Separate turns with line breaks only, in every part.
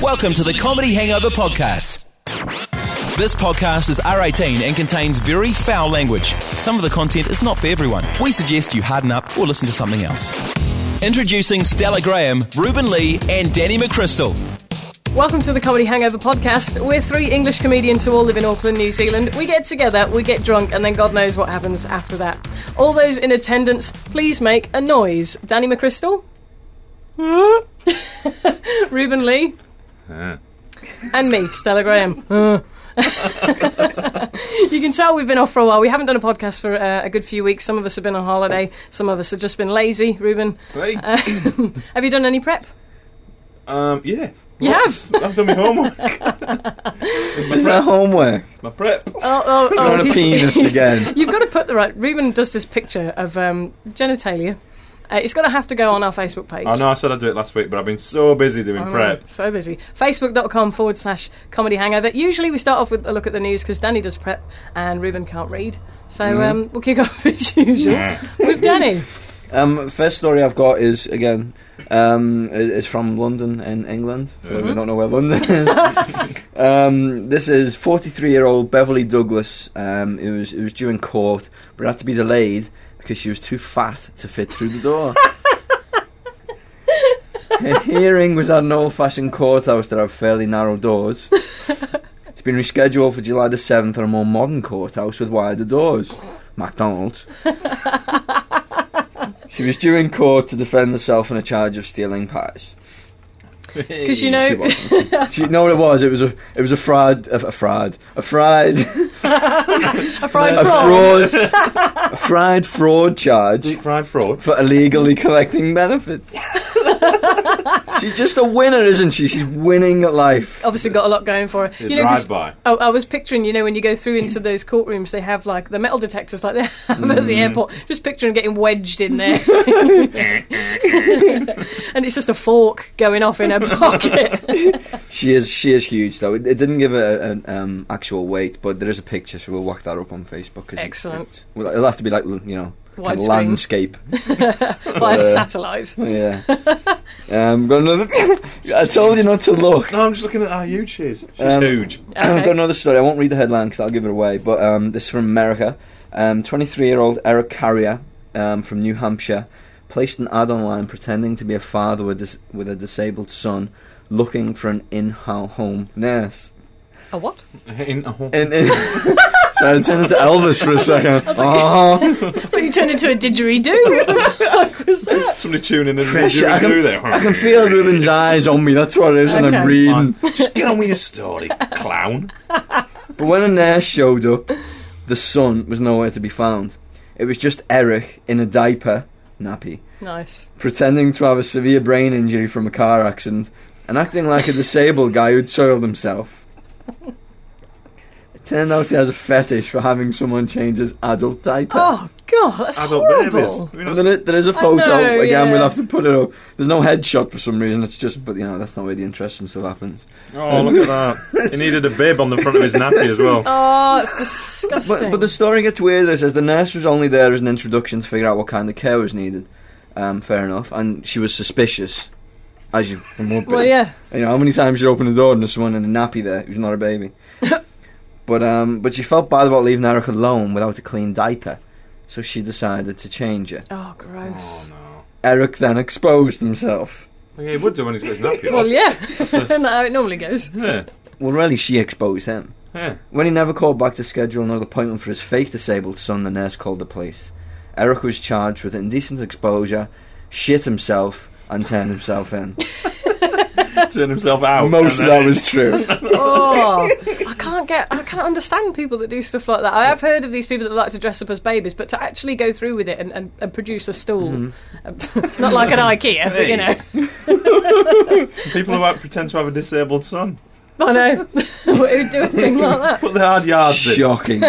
Welcome to the Comedy Hangover Podcast. This podcast is R18 and contains very foul language. Some of the content is not for everyone. We suggest you harden up or listen to something else. Introducing Stella Graham, Ruben Lee, and Danny McChrystal.
Welcome to the Comedy Hangover podcast. We're three English comedians who all live in Auckland, New Zealand. We get together, we get drunk, and then God knows what happens after that. All those in attendance, please make a noise. Danny McChrystal. Reuben Lee.
Ah.
and me, Stella Graham. you can tell we've been off for a while. We haven't done a podcast for uh, a good few weeks. Some of us have been on holiday. Some of us have just been lazy. Reuben,
Hey.
have you done any prep?
um, yeah.
You have.
I've done my homework. It's my prep.
It's not homework.
It's my prep.
Oh, oh, oh,
Throwing a
he's-
penis again.
You've got to put the right. Reuben does this picture of um, genitalia. Uh, it's going to have to go on our Facebook page.
I know I said I'd do it last week, but I've been so busy
Oh,
doing
I know,
prep.
So busy. Facebook.com forward slash comedy hangover. Usually we start off with a look at the news because Danny does prep and Reuben can't read. So um, we'll kick off as usual with Danny.
Um, first story I've got is again, um, i- is from London in England. For those who don't know where London is. um, this is 43-year-old Beverly Douglas. Um, who was who was due in court, but had to be delayed because she was too fat to fit through the door. Her hearing was at an old-fashioned courthouse that have fairly narrow doors. It's been rescheduled for July the 7th at a more modern courthouse with wider doors. McDonald's. She was due in court to defend herself on a charge of stealing pies.
Because you
She
know,
wasn't. she, no, it was. It was a. It was a fraud. A, a fraud. A fried.
a fried
A
frog.
fraud. a fried fraud charge
Deep fried fraud.
for illegally collecting benefits. She's just a winner, isn't she? She's winning at life.
Obviously got a lot going for her.
The
You know, 'cause-
drive by.
Oh, I was picturing, you know, when you go through into those courtrooms, they have like the metal detectors like they have at
Mm.
the airport. Just picturing getting wedged in there. and it's just a fork going off in her pocket.
She is. She is huge, though. It, it didn't give her an um, actual weight, but there is a picture, so we'll whack that up on Facebook. 'cause it's-
Excellent.
it's- well, it'll have to be like l- you know, kind of
Widescreen.
landscape. uh,
By a satellite.
Yeah. um, got another. I told you not to look.
No, I'm just looking at how huge she is. She's
Um,
huge.
I've
Okay.
got another story. I won't read the headline because I'll give it away. But um, this is from America. Um, 23-year-old Eric Carrier um, from New Hampshire placed an ad online pretending to be a father with, dis- with a disabled son, looking for an in-home nurse.
A what?
In, oh,
In- in- Sorry, I turned into Elvis for a second. Oh,
I thought you turned into a didgeridoo. what the fuck was that?
somebody tuning in.
pressure. I
do
can,
there.
I can feel Ruben's eyes on me. That's what it is when
Okay.
I'm reading.
Just get on with your story, clown.
But when a nurse showed up, the son was nowhere to be found. It was just Eric in a diaper, nappy,
Nice.
pretending to have a severe brain injury from a car accident and acting like a disabled guy who'd soiled himself. It turned out he has a fetish for having someone change his adult diaper.
Oh, God, that's
Adult
horrible.
babies. We
And
not-
There i- there is a photo
know,
again.
yeah.
We'll have to put it up. There's no headshot for some reason. It's just, but you know, that's not where the interesting stuff happens.
Oh, look at that. He needed a bib on the front of his nappy as well.
Oh, it's disgusting.
But, but the story gets weirder. It says the nurse was only there as an introduction to figure out what kind of care was needed. Um, fair enough. And she was suspicious, as you and would be.
well, yeah.
You know, how many times you open the door and there's someone in a nappy there who's not a baby? but um, but she felt bad about leaving Eric alone without a clean diaper, so she decided to change it.
Oh, gross.
Oh,
Eric then exposed himself.
no. Yeah, he would do when he's got his nappy
Well,
on.
yeah. Isn't that how it normally goes.
Yeah.
Well, really, she exposed him.
Yeah.
When he never called back to schedule another appointment for his fake disabled son, the nurse called the police. Eric was charged with indecent exposure, shit himself, and turned himself in.
Turn himself out.
Most of
and then-
that was true.
oh, I can't get, I can't understand people that do stuff like that. I have heard of these people that like to dress up as babies, but to actually go through with it and, and, and produce a stool, not like an IKEA, but you know,
People who pretend to have a disabled son.
I know, who would do a thing like that?
Put the hard yards in.
Shocking.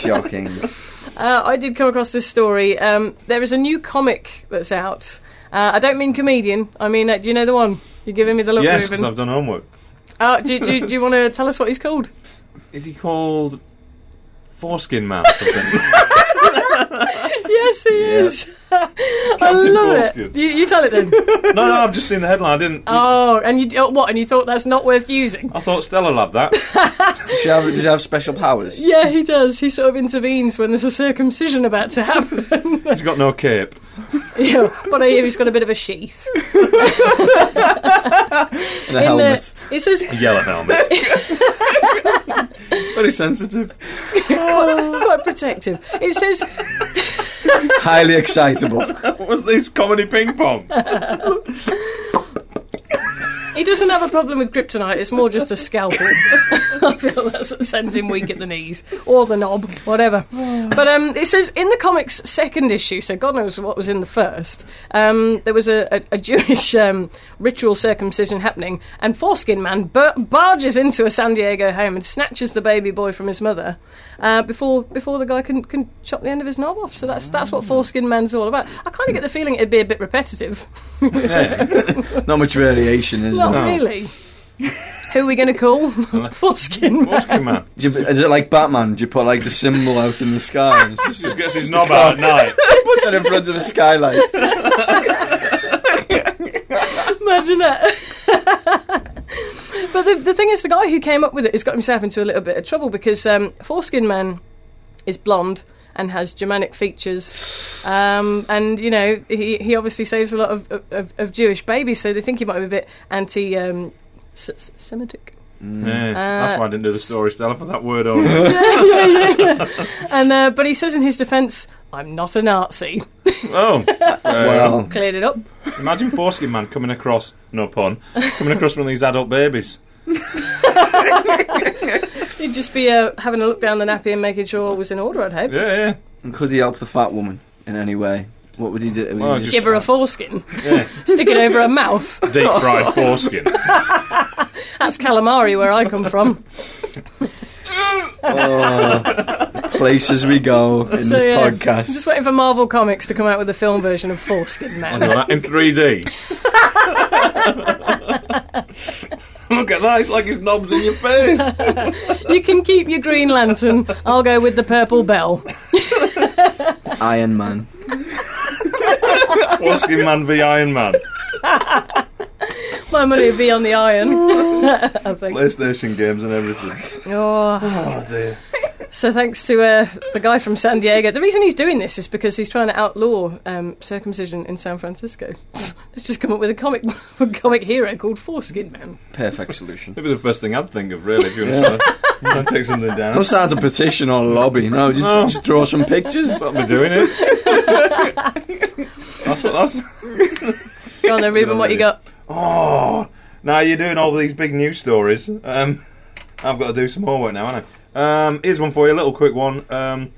Shocking.
Uh, I did come across this story. Um, there is a new comic that's out. Uh, I don't mean comedian. I mean, uh, do you know the one? You're giving me the look,
Yes, because
Ruben.
I've done homework.
Oh, do, do, do you want to tell us what he's called?
Is he called Foreskin Man?
Yeah, yes, he is. I
Captain
love
Foreskin.
it. You, you tell it then.
No, no, I've just seen the headline. I didn't.
oh, and you oh, what? And you thought that's not worth using?
I thought Stella loved that.
Does she have, does she have special powers?
Yeah, he does. He sort of intervenes when there's a circumcision about to happen.
She's got no cape.
yeah, but I hear he's got a bit of a sheath.
And a
In the-
helmet.
it says
A yellow helmet. Very sensitive.
quite, quite protective. It says
Highly excitable.
What was this comedy ping pong?
he doesn't have a problem with kryptonite. It's more just a scalpel. I feel that's what sends him weak at the knees or the knob, whatever. but um, it says in the comics' second issue, so God knows what was in the first. Um, there was a, a, a Jewish um, ritual circumcision happening, and Foreskin Man bur- barges into a San Diego home and snatches the baby boy from his mother uh, before before the guy can can chop the end of his knob off. So that's that's what Foreskin Man's all about. I kind of get the feeling it'd be a bit repetitive.
Not much variation, is
Not
there?
No.
really. Who are we going to call? Foreskin. Man.
Foreskin man.
Do you, is it like Batman? Do you put like the symbol out in the sky? And it's just
Just gets his knob out at night.
puts it in front of a skylight.
Imagine that. but the, the thing is, the guy who came up with it has got himself into a little bit of trouble because um, Foreskin Man is blonde and has Germanic features. Um, and, you know, he, he obviously saves a lot of, of, of Jewish babies, so they think he might be a bit anti um, S- S- Semitic.
Yeah, that's why I didn't do the story, Stella, for that word only.
And uh, But he says in his defence, I'm not a Nazi.
oh, fair
Well,
Cleared it up.
enough. imagine foreskin man coming across, no pun, coming across one of these adult babies.
He'd just be uh, having a look down the nappy and making sure all was in order, I'd hope.
Yeah, yeah.
could he help the fat woman in any way? What would he do? Would he
Well,
Give her a foreskin,
Yeah.
stick it over her mouth.
Deep fried foreskin.
That's calamari where I come from.
Oh, places we go in
So,
this
yeah. I'm
podcast.
just waiting for Marvel Comics to come out with a film version of Foreskin
I'll
Man.
do that in 3D. Look at that, it's like his knob's in your face.
you can keep your Green Lantern. I'll go with the Purple Bell.
Iron Man.
Foreskin man v Iron Man.
My money would be on the iron. Oh. I think.
PlayStation games and everything.
Oh.
Oh dear.
So thanks to uh, the guy from San Diego. The reason he's doing this is because he's trying to outlaw um, circumcision in San Francisco. Let's just come up with a comic comic hero called Foreskin Man.
Perfect solution.
That'd be the first thing I'd think of, really, if you want to try and take something down.
Don't start a petition or a lobby. No, just,
No.
just draw some pictures.
That's what we're doing it. that's what that's.
Go on then, Ruben, what you got?
Oh, now you're doing all these big news stories. Um, I've got to do some more work now, haven't I? Um, here's one for you, a little quick one. Um,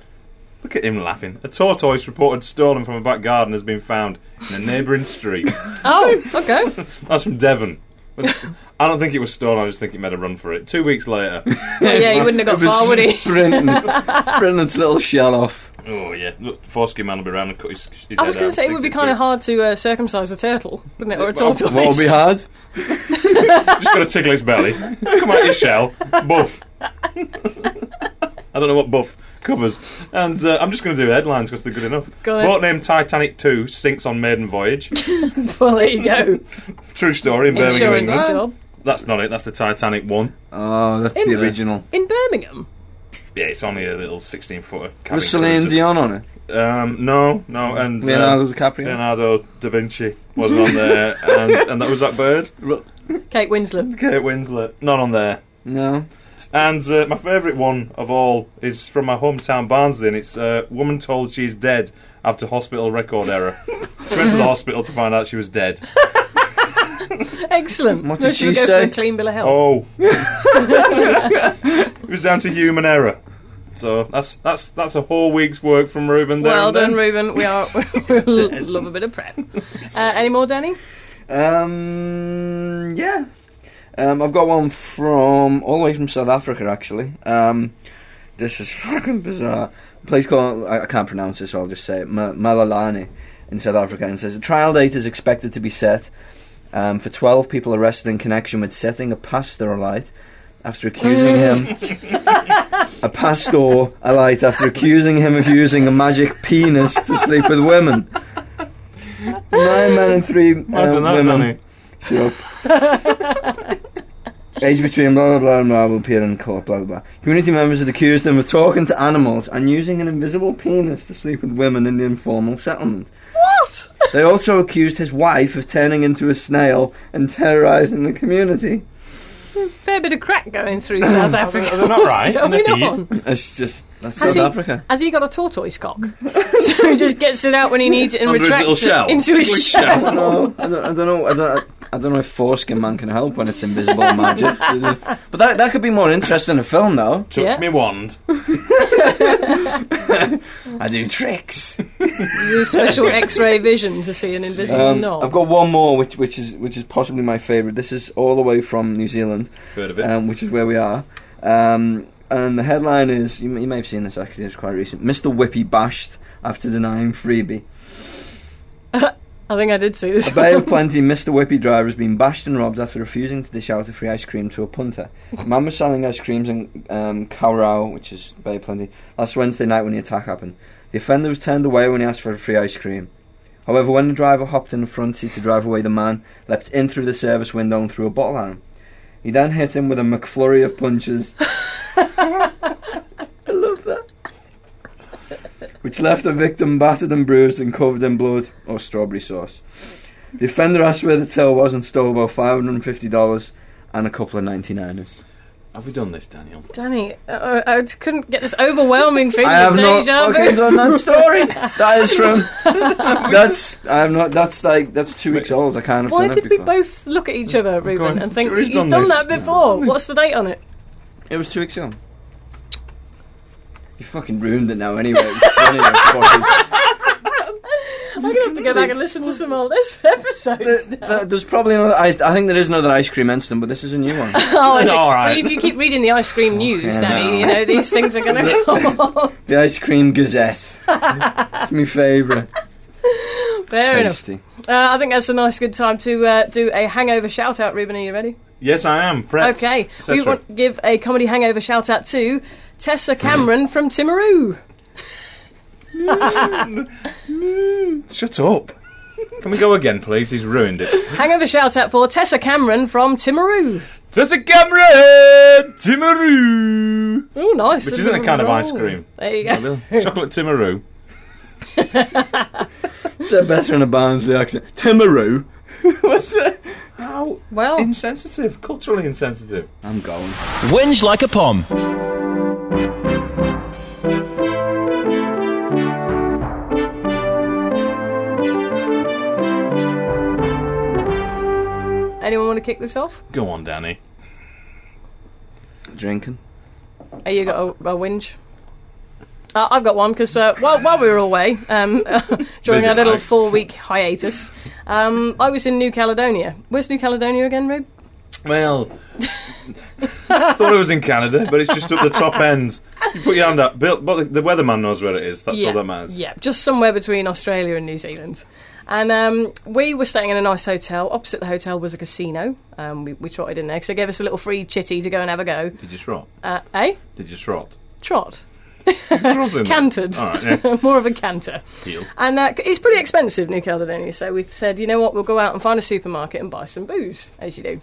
look at him laughing. A tortoise reported stolen from a back garden has been found in a neighbouring street.
Oh, okay.
That's from Devon. I don't think it was stolen. I just think it made a run for it. Two weeks later.
yeah, he wouldn't have got
It was
far, would he?
Sprinting, sprinting its little shell off.
Oh yeah, look, foreskin man will be around and cut his. his
I was
head
going
out,
to say it
sticks
would be kind of
through.
hard to uh, circumcise a turtle, wouldn't it, or a
Well,
tortoise?
What would be hard?
Just got to tickle his belly. Come out your shell. Buff. I don't know what buff covers. And uh, I'm just going to do headlines because they're good enough.
Go ahead.
Boat named Titanic 2 sinks on maiden voyage.
well, there you go.
True story in Birmingham,
Insurance
England.
job
That's not it. That's the Titanic 1.
Oh, that's the
Isn't it?
original.
in Birmingham.
Yeah, it's only a little 16 footer. cabin
Was Celine
cruiser.
Dion on it?
Um, no, no. And uh,
Leonardo DiCaprio.
Leonardo da Vinci was on there. and, and that was that bird.
Kate Winslet.
Kate Winslet. Not on there.
No.
And uh, my favourite one of all is from my hometown Barnsley, and it's uh, woman told she's dead after hospital record error. she went to the hospital to find out she was dead.
Excellent.
What did
No, should we
she
go
say?
For a clean bill of health.
Oh, it was down to human error. So that's that's that's a whole week's work from Ruben. There
well
and then.
done, Reuben. We are we lo- love a bit of prep. Uh, any more, Danny?
Um, yeah. Um, I've got one from all the way from South Africa, actually. Um, this is fucking bizarre. A place called I, I can't pronounce it, so I'll just say it. Ma- Malalane in South Africa, and it says a trial date is expected to be set um, for 12 people arrested in connection with setting a pastor alight after accusing him. a pastor alight after accusing him of using a magic penis to sleep with women. Nine men and three uh,
Imagine that,
women. Shut up. Age between blah blah blah and blah will appear in court blah blah blah. Community members had accused him of talking to animals and using an invisible penis to sleep with women in the informal settlement.
What?
They also accused his wife of turning into a snail and terrorising the community.
Fair bit of crack going through South Africa.
are they not right?
Are we
Indeed.
not?
It's just that's
Has
South
he-
Africa.
Has he got a tortoise cock? so he just gets it out when he needs it and
Under his
retracts
little shell.
it into his
His
shell.
shell.
No, I don't, I don't know. I don't, I don't know if foreskin man can help when it's invisible magic. is it? But that that could be more interesting in a film, though.
Touch
Yeah.
me wand.
Mm.
I do tricks.
Your special X-ray vision to see an invisible
Um,
knob.
I've got one more, which which is which is possibly my favourite. This is all the way from New Zealand,
Heard of it?
um, which is where we are. Um, and the headline is you, may- you may have seen this actually. It's quite recent. Mr. Whippy bashed after denying freebie.
I think I did see this.
A Bay of Plenty Mr. Whippy driver has been bashed and robbed after refusing to dish out a free ice cream to a punter. The man was selling ice creams in um, Kaurau, which is Bay of Plenty, last Wednesday night when the attack happened. The offender was turned away when he asked for a free ice cream. However, when the driver hopped in the front seat to drive away, the man leapt in through the service window and threw a bottle at him. He then hit him with a McFlurry of punches. I love that. Which left the victim battered and bruised and covered in blood or strawberry sauce. The offender asked where the till was and stole about five hundred and fifty dollars and a couple of ninety niners.
Have we done this, Daniel?
Danny, uh, I just couldn't get this overwhelming feeling
I have
of
not
deja
fucking
vu.
done that story. That is from that's I have not that's like that's two weeks old. I can't have
Why
done it
did we
before.
both look at each other, Ruben,
on,
and think
sure he's
he's
done
done,
this.
that before? What's the date on it?
It was two weeks ago. You fucking ruined it now anyway. It's funny, you fuckers.
I'm gonna have to go back and listen to some old this episodes.
The- the- there's probably another ice I think there is another ice cream incident, but this is a new one.
Oh, is it-
all right.
If you keep reading the ice cream news,
hell.
Danny, you know these things are gonna come. on.
The Ice Cream Gazette. it's my favourite.
Fair enough.
Tasty.
Uh, I think that's a nice, good time to uh, do a hangover shout out. Ruben, are you ready?
Yes, I am. Prepped.
Okay,
et
we
cetera.
want to give a comedy hangover shout out to Tessa Cameron from Timaru.
Shut up. Can we go again, please? He's ruined it.
Hangover shout out for Tessa Cameron from Timaru.
Tessa Cameron! Timaru!
Oh, nice.
Which
There's
isn't a can of ice
roll.
cream.
There you go.
Chocolate Timaru.
Said better in a Barnsley accent. Timaru.
What's that? How
Well,
insensitive. Culturally insensitive.
I'm going.
Whinge like a pom.
anyone want to kick this off?
Go on, Danny.
Drinking.
Hey, you got a, a whinge? Uh, I've got one because uh, while, while we were away, um, during
Busy
our little
life.
four week hiatus, um, I was in New Caledonia. Where's New Caledonia again, Rube?
Well, thought it was in Canada, but it's just up the top end. You put your hand up. Bill, but the weatherman knows where it is. That's all that matters.
Yeah, just somewhere between Australia and New Zealand. And um, we were staying in a nice hotel. Opposite the hotel was a casino. Um, we, we trotted in there because they gave us a little free chitty to go and have a go.
Did you trot?
Uh, eh?
Did you trot?
Trot.
Trotting.
Cantered.
All right, yeah.
More of a canter.
Heel.
And uh, c- it's pretty expensive, New Caledonia. So we said, you know what, we'll go out and find a supermarket and buy some booze, as you do.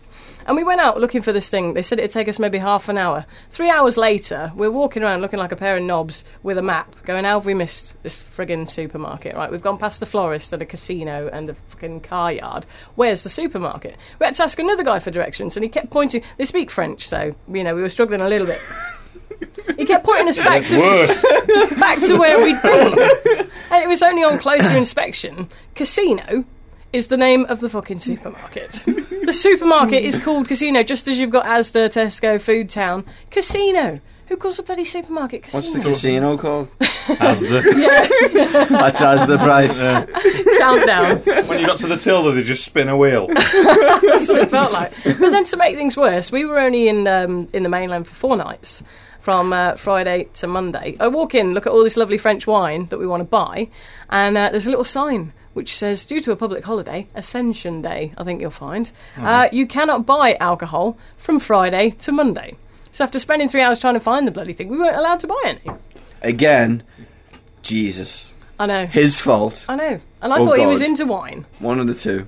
And we went out looking for this thing. They said it'd take us maybe half an hour. Three hours later, we're walking around looking like a pair of knobs with a map, going, how have we missed this friggin' supermarket? Right, we've gone past the florist and a casino and a fucking car yard. Where's the supermarket? We had to ask another guy for directions, and he kept pointing. They speak French, so, you know, we were struggling a little bit. He kept pointing us back to
Worse.
back to where we'd been. and it was only on closer inspection. Casino is the name of the fucking supermarket. the supermarket is called Casino, just as you've got Asda, Tesco, Food Town. Casino. Who calls a bloody supermarket
What's
casino?
the casino called?
Asda. Uh,
That's as the price.
Countdown.
When you got to the tilde, they just spin a wheel.
That's what it felt like. But then to make things worse, we were only in um, in the mainland for four nights, from uh, Friday to Monday. I walk in, look at all this lovely French wine that we want to buy, and uh, there's a little sign which says, "Due to a public holiday,
Oh.
Ascension Day." I think you'll find uh, you cannot buy alcohol from Friday to Monday. So after spending three hours trying to find the bloody thing, we weren't allowed to buy any.
Again, Jesus.
I know.
His fault.
I know. And I
Oh,
thought he was
God.
into wine.
One of the two.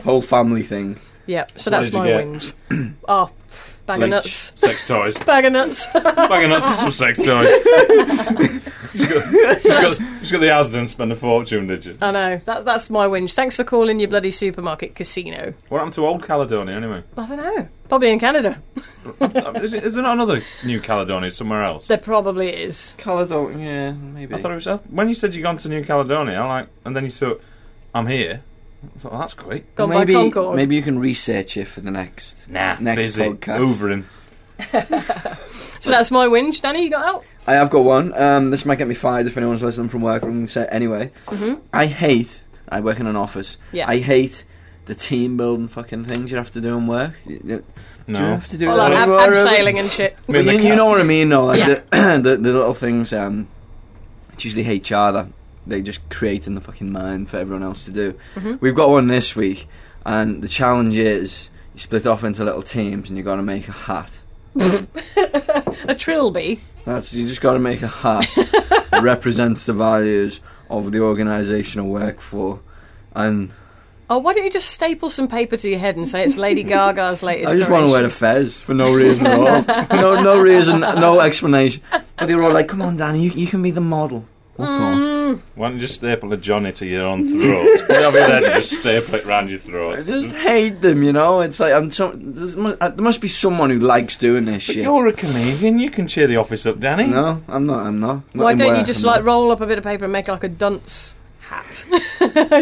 Whole family thing.
Yep. So
What
that's
did you
my
get?
whinge. oh, bag of
Bleach.
nuts.
Sex toys.
Bag of nuts.
Bag of nuts is some sex toys. she's, got, she's, got, she's got the Asda and spend a fortune, did you?
I know. That, that's my whinge. Thanks for calling your bloody supermarket casino.
What happened to Old Caledonia anyway?
I don't know. Probably in Canada.
I mean, is, it- is there not another New Caledonia somewhere else?
There probably is.
Caledon, yeah, maybe.
I thought it was when you said you gone to New Caledonia, I like, and then you thought, "I'm here." I thought, well, that's quick.
Gone
maybe,
by Concord.
maybe you can research it for the next.
Nah,
Next
busy,
podcast.
hoovering.
So that's my whinge. Danny, you got out?
I have got one. Um, this might get me fired if anyone's listening from work. but I'm going to say it anyway.
Mhm.
I hate. I work in an office.
Yeah.
I hate the team building fucking things you have to do in work. Y- y- Do you
No,
have to do
Well,
that
I'm,
anymore,
I'm
Robin?
sailing and shit.
I mean,
But
the
you, you
cat-
know what I mean, though. Like
Yeah.
the, the the little things. Um, it's usually HR that they just create in the fucking mind for everyone else to do.
Mhm.
We've got one this week, and the challenge is you split off into little teams, and you got to make a hat.
A trilby.
That's you just got to make a hat that represents the values of the organisation I work for. And
Oh, why don't you just staple some paper to your head and say it's Lady Gaga's latest
I just want to wear a
creation?
fez for no reason at all. no, no reason, no explanation. But they were all like, "Come on, Danny, you, you can be the model." Oh, God.
why don't you just staple a Johnny to your own throat? Put it over your head and just staple it round your
I
throat.
just hate them, you know. It's like I'm so, there's mu- uh, there must be someone who likes doing this
But
shit.
you're a comedian. You can cheer the office up, Danny.
no, I'm not. I'm not. Not
Why
in
don't you
work,
just
I'm
like
not.
roll up a bit of paper and make like a dunce hat?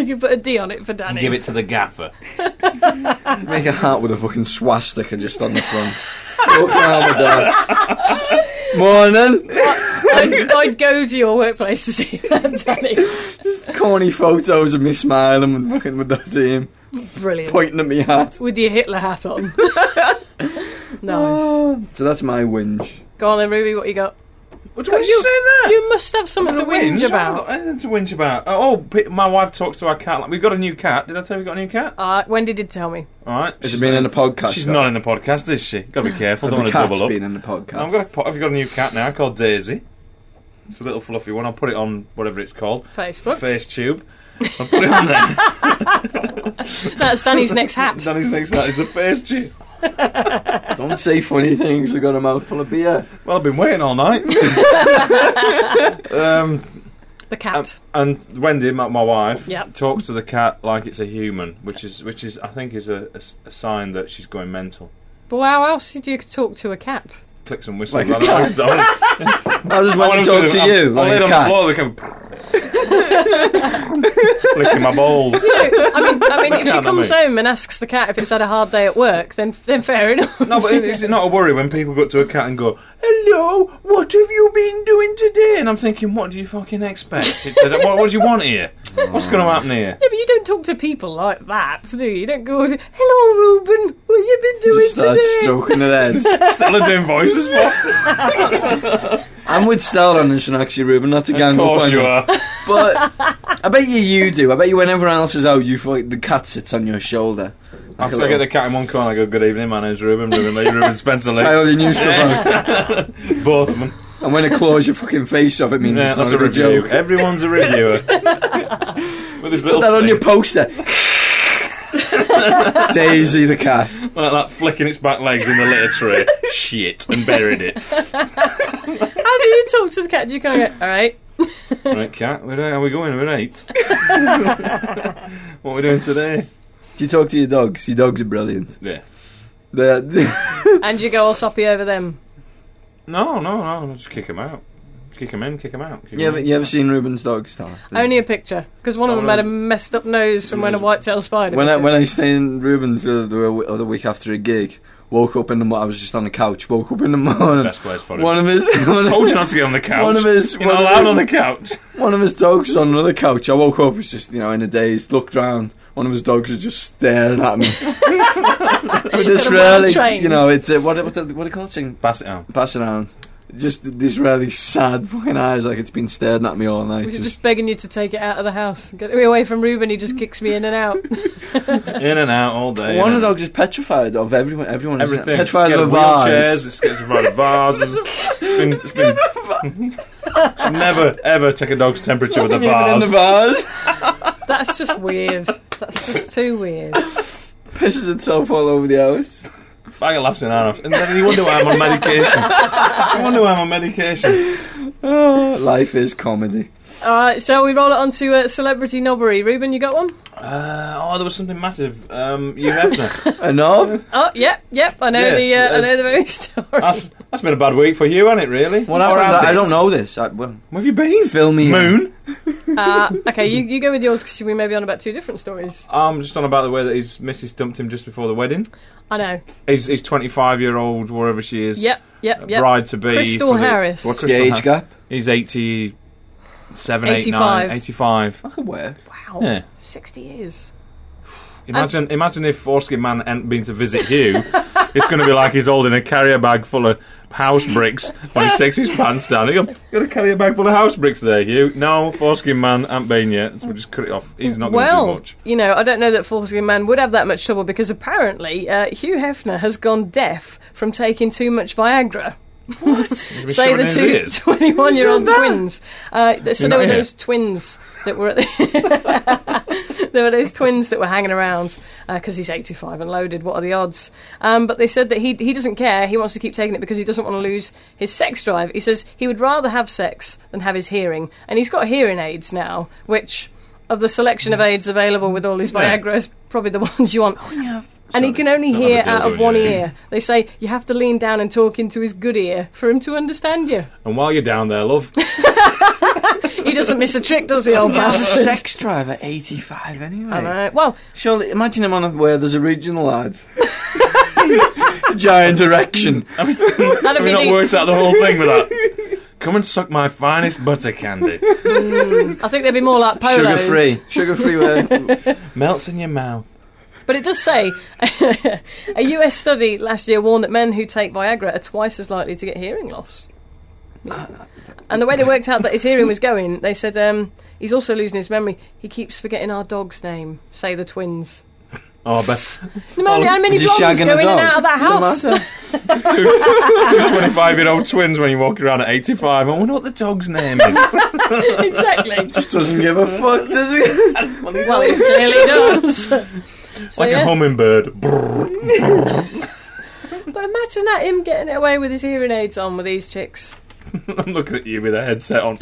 you put a D on it for Danny.
Give it to the gaffer.
make a hat with a fucking swastika just on the front? Fucking hell, my dad. Morning.
I'd, I'd go to your workplace to see that, Danny.
Corny photos of me smiling and fucking with that team
Brilliant.
pointing at me hat.
With your Hitler hat on. nice.
Oh, So that's my whinge.
Go on then, Ruby. What you got?
What do you say there?
You must have something to whinge
I haven't
about.
got anything to whinge about. Oh, oh, pe- my wife talks to our cat. Like, we've got a new cat. Did I tell you we got a new cat?
Uh, Wendy did tell me.
All right.
Has it been in the podcast?
She's
though?
not in the podcast, is she? Got to be careful. Don't
Have
want
the
to
cat's
double up.
been in the podcast.
I've got a, po- I've got a new cat now called Daisy. It's a little fluffy one. I'll put it on whatever it's called,
Facebook.
face tube. I'll put it on there.
That's Danny's next hat.
Danny's next night is a face tube.
Don't say funny things. We've got a mouthful of beer.
Well, I've been waiting all night. um,
The cat.
and Wendy, my, my wife,
Yep.
talks to the cat like it's a human, which is which is I think is a, a s- a sign that she's going mental.
But how else did you talk to a cat?
Clicks and whistles.
Like a
I don't know.
I just want to
I
talk
wanna-
to
I'm-
you.
I'm
like
laid
a
on the
cat.
floor. They come licking my balls.
I mean, I mean, if she
Yeah, no,
comes
mate.
home and asks the cat if it's had a hard day at work, then then fair enough.
No, but is it not a worry when people go up to a cat and go, "Hello, what have you been doing today?" And I'm thinking, what do you fucking expect? It- what, what do you want here? What's going to happen here?
Yeah, but you don't talk to people like that, do you? You don't go, "Hello, Reuben, what you been doing
Just started
today?"
stroking her head.
Stella doing voices for?
I'm with Stella on this one, actually, Ruben. Not to gang
Of
up
course
on
you are.
But I bet you you do. I bet you when everyone else is out, you feel like the cat sits on your shoulder.
I
Like a
still get
little-
the cat in one corner. I go, "Good evening, my name's Ruben. Ruben Lee, Ruben Spencer
Try
Lee."
all your new stuff out.
Both of them.
And when it claws your fucking face off, it means
Yeah,
it's not
that's
a
a
good
review.
joke.
Everyone's a reviewer. With his little
Put that on
thing,
your poster. Daisy the cat.
like that flicking its back legs in the litter tray. Shit, and buried it.
How do you talk to the cat? Do you kind of go, "All right,
Right, cat. Where are we going? We're eight. what are we doing today?
Do you talk to your dogs? Your dogs are brilliant.
Yeah.
They're,
and you go all soppy over them."
No, no, no. Just kick him out. Just kick him in. Kick him out. Kick
you,
him
ever,
in.
you ever seen Ruben's dogs, Stella?
Only a picture, because one of
Oh,
them
when
had
I
a messed up nose from when a
was-
white-tailed spider.
When
bit
I
it.
when I stayed in Rubens the other, the other week after a gig, woke up in the morning. I was just on the couch. Woke up in the morning.
Best place for him.
one of his one,
Told you not to get on the couch.
One of his-
You're not
one of
allowed
his-
on the couch.
one of his dogs was on another couch. I woke up, was just you know in a daze. Looked round. One of his dogs was just staring at me. With this
Got a wild
really,
trained.
you know, it's a, what what what do you call it? Thing?
Pass it on.
Pass around. just these really sad fucking eyes, like it's been staring at me all night.
We're just,
Just,
begging you to take it out of the house. Get me away from Ruben. He just kicks me in and out.
in and out all day.
one
innit?
of the dogs is petrified of everyone. Everyone is
Everything. It's
petrified
scared
of
of
the
wheelchairs.
vase.
It's scared of vases. It's been- Should never ever take a dog's temperature with a
Even in the
vase.
vase,
That's just weird. That's just too weird.
pisses itself all over the house.
Bang a laughs in our house. And then you wonder why I'm on medication. you wonder why I'm on medication.
Oh, life is comedy.
All right, shall we roll it on to uh, celebrity knobbery? Ruben, you got one?
Uh, oh, there was something massive. Um, you Hefner.
A knob?
Oh, yep, yep. I know
Yeah,
the uh, I know
that's-
the very story.
That's, that's been a bad week for you, hasn't it, really?
What
Or
happened? to
has
that? I
it?
don't know this. I, well,
Where have you been?
fill me in.
Moon?
Uh, okay, you, you go with yours because we may be on about two different stories.
I'm just on about the way that his missus dumped him just before the wedding.
I know.
His, his 25 year old, wherever she is,
Yep, yep, yep.
bride to be.
Crystal
for the-
Harris.
What's
Crystal
the age
hand.
gap?
He's 87, 85.
85.
85.
I could wear.
Wow,
Yeah.
60 years.
Imagine, imagine if Foreskin Man hadn't been to visit Hugh. it's going to be like he's holding a carrier bag full of house bricks when he takes his pants down. He go, You got a carrier bag full of house bricks there, Hugh? No, Foreskin Man hadn't been yet, so we just cut it off. He's not going to
well,
do much.
you know, I don't know that Foreskin Man would have that much trouble because apparently uh, Hugh Hefner has gone deaf from taking too much Viagra.
He's
Say
shoving
the
his
two
ears.
21 year old
Who said that?
twins. Uh, th- so there
You're not
were
here.
those twins that were at the there were those twins that were hanging around because he's 85 and loaded. What are the odds? Um, but they said that he he doesn't care. He wants to keep taking it because he doesn't want to lose his sex drive. He says he would rather have sex than have his hearing, and he's got hearing aids now, which. Of the selection of aids available with all these
Yeah. Oh,
Viagra is probably the ones you want. And he
Sorry,
can only
don't
hear
have a dildo
out of
in
one
your ear.
ear. They say you have to lean down and talk into his good ear for him to understand you.
And while you're down there, love,
He doesn't miss a trick, does he, old bastard?
sex drive at 85 anyway.
I know. Well,
Surely, imagine him on a, where there's a regional ad. Giant erection.
that'd
have
be
we not
neat.
worked out the whole thing with that? Come and suck my finest butter candy.
I think they'd be more like polos.
Sugar free. Sugar free where.
Melts in your mouth.
But it does say a US study last year warned that men who take Viagra are twice as likely to get hearing loss.
Ah,
And the way they worked out that his hearing was going, they said um, he's also losing his memory. He keeps forgetting our dog's name, say the twins.
Oh, Beth.
No matter
Oh,
how many
is he
blondes
shagging
go
a
in and
dog?
out of that
What's
house.
the
two 25 year old twins when you walk around at 85. I wonder what the dog's name is.
exactly.
Just doesn't give a fuck, does he?
Well, he clearly does. So,
like
yeah.
a hummingbird. Brrr.
But imagine that him getting away with his hearing aids on with these chicks.
I'm looking at you with a headset on.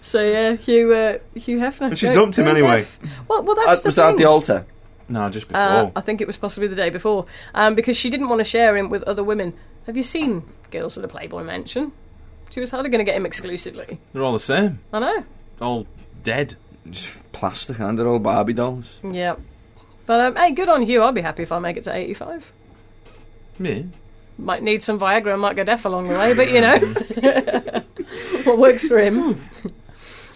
So yeah, Hugh uh, Hugh Hefner.
And she's
Go-
dumped him
go
anyway.
Hef. Well, well, that's
Uh,
the
was that at
thing.
the Oh. altar?
No, just before.
uh, I think it was possibly the day before, um, because she didn't want to share him with other women. Have you seen Girls of the Playboy Mansion? She was hardly going to get him exclusively.
They're all the same.
I know.
All dead.
Just plastic, and they're all Barbie dolls.
Yeah. But um, hey, good on Hugh. I'll be happy if I make it to 85.
Yeah.
Might need some Viagra, might go deaf along the way, but you know. what works for him.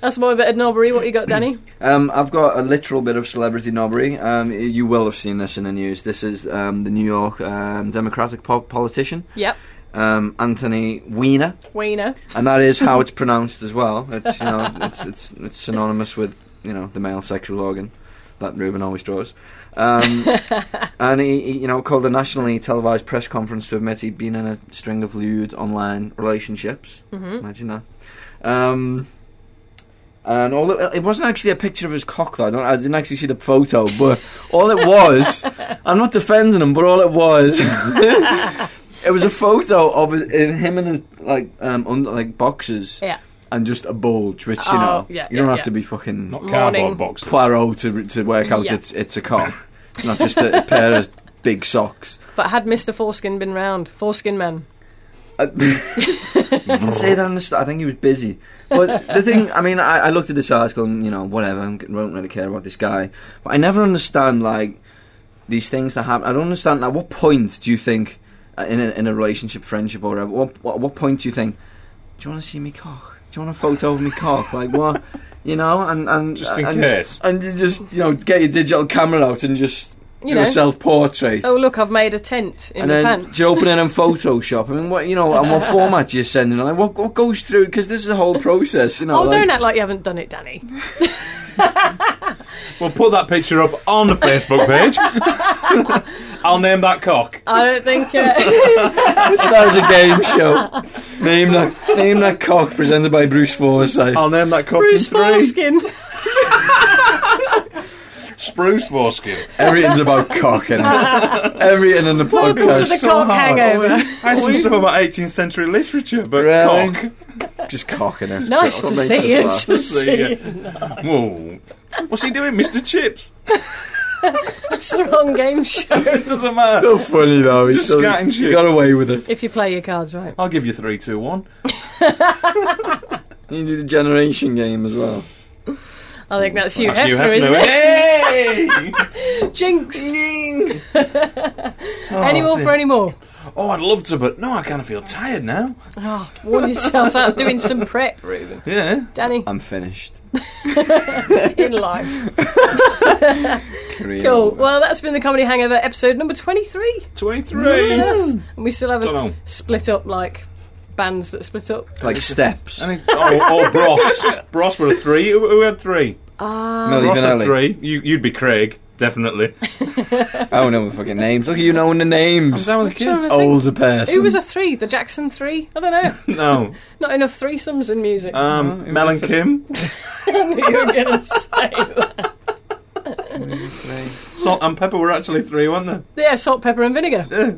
That's my bit of knobbery. What you got, Danny?
Um, I've got a literal bit of celebrity knobbery. Um, you will have seen this in the news. This is um, the New York um, Democratic po- politician,
yep.
um, Anthony Weiner.
Wiener.
and that is how it's pronounced as well. It's you know it's it's, it's synonymous with you know the male sexual organ that Ruben always draws. Um, and he, he you know called a nationally televised press conference to admit he'd been in a string of lewd online relationships.
hmm
Imagine that. Um, and all it, it wasn't actually a picture of his cock though. I, don't, I didn't actually see the photo, but all it was. I'm not defending him, but all it was. it was a photo of his- in him and his, like um un, like boxes
Yeah.
and just a bulge, which you
Oh,
know
yeah,
you don't
yeah,
have
yeah.
to be fucking
Not
Morning.
cardboard boxes.
Poirot to to work out
Yeah.
it's it's a cock. It's not just a pair of big socks.
But had Mr. Foreskin been round, Foreskin Man.
I didn't say that in the start. I think he was busy. But the thing, I mean, I, I looked at this article and you know, whatever. I don't really care about this guy. But I never understand like these things that happen. I don't understand. At what point do you think uh, in a, in a relationship, friendship, or whatever? What, what what point do you think? Do you want to see me cock? Do you want a photo of me cock? Like what? You know, and and
Just in
and-
Uh,
case.
and you just you know get your digital camera out and just
you
do
know,
a self portrait.
oh look, I've made a tent in
and
my
then
pants.
do you open it in Photoshop. I mean, what you know, and what format you're sending? Like, what what goes through? Because this is a whole process, you know.
oh,
like,
don't act like you haven't done it, Danny.
We'll put that picture up on the Facebook page. I'll name that cock.
I don't think. Uh,
That is a game show. name that name that cock presented by Bruce Forsyth.
I'll name that cock
Bruce
in three.
Foreskin.
Spruce foreskin.
Everything's about cock and everything in the
Welcome to the
podcast.
cock
hard.
hangover.
I had some stuff about 18th century literature, but
Really?
cock.
Just cock in it.
Nice
That's
to
what makes
see you.
us
To
laugh.
see you.
Whoa. What's he doing, Mr. Chips?
It's the wrong game show.
It doesn't matter.
So funny though. He's
Just
so,
scatting
he
shit.
got away with it.
If you play your cards right.
I'll give you three, two, one.
You do the generation game as well.
I think that's Hugh
That's Hugh
Hefner, isn't
Hefner. eh?
it?
Hey!
Jinx.
Ding!
any more
Oh, dear.
for any more?
Oh, I'd love to, but no, I kind of feel tired now.
Oh, warm yourself out doing some prep,
Yeah.
Danny,
I'm finished.
in life.
Career
Cool.
over.
Well, that's been the Comedy Hangover episode number 23.
23.
Yes. And we still haven't
Dunno.
split up like bands that split up.
like steps.
Any, oh, oh, Bros. Bros were a three. Who, who had three?
Milli
Bros had
Vanilli.
three. You, you'd be Craig, definitely.
I don't know the fucking names. Look at you knowing the names.
down with the kids.
Older person.
Who was a three? The Jackson three? I don't know.
No.
Not enough threesomes in music.
Um,
it
Mel and
was a-
Kim.
you were going to say that.
Salt and Pepper were actually three, weren't
Yeah, salt, pepper, and vinegar.
they? Yeah.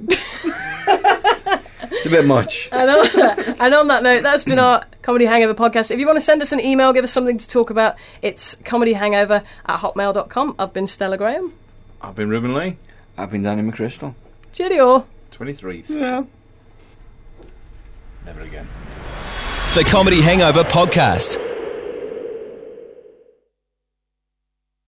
It's a bit much.
And on, that, and on that note, that's been our Comedy Hangover podcast. If you want to send us an email, give us something to talk about, it's comedyhangover at hotmail.com. I've been Stella Graham.
I've been Ruben Lee.
I've been Danny McChrystal.
Cheerio.
23th. Never again.
The Comedy Hangover Podcast.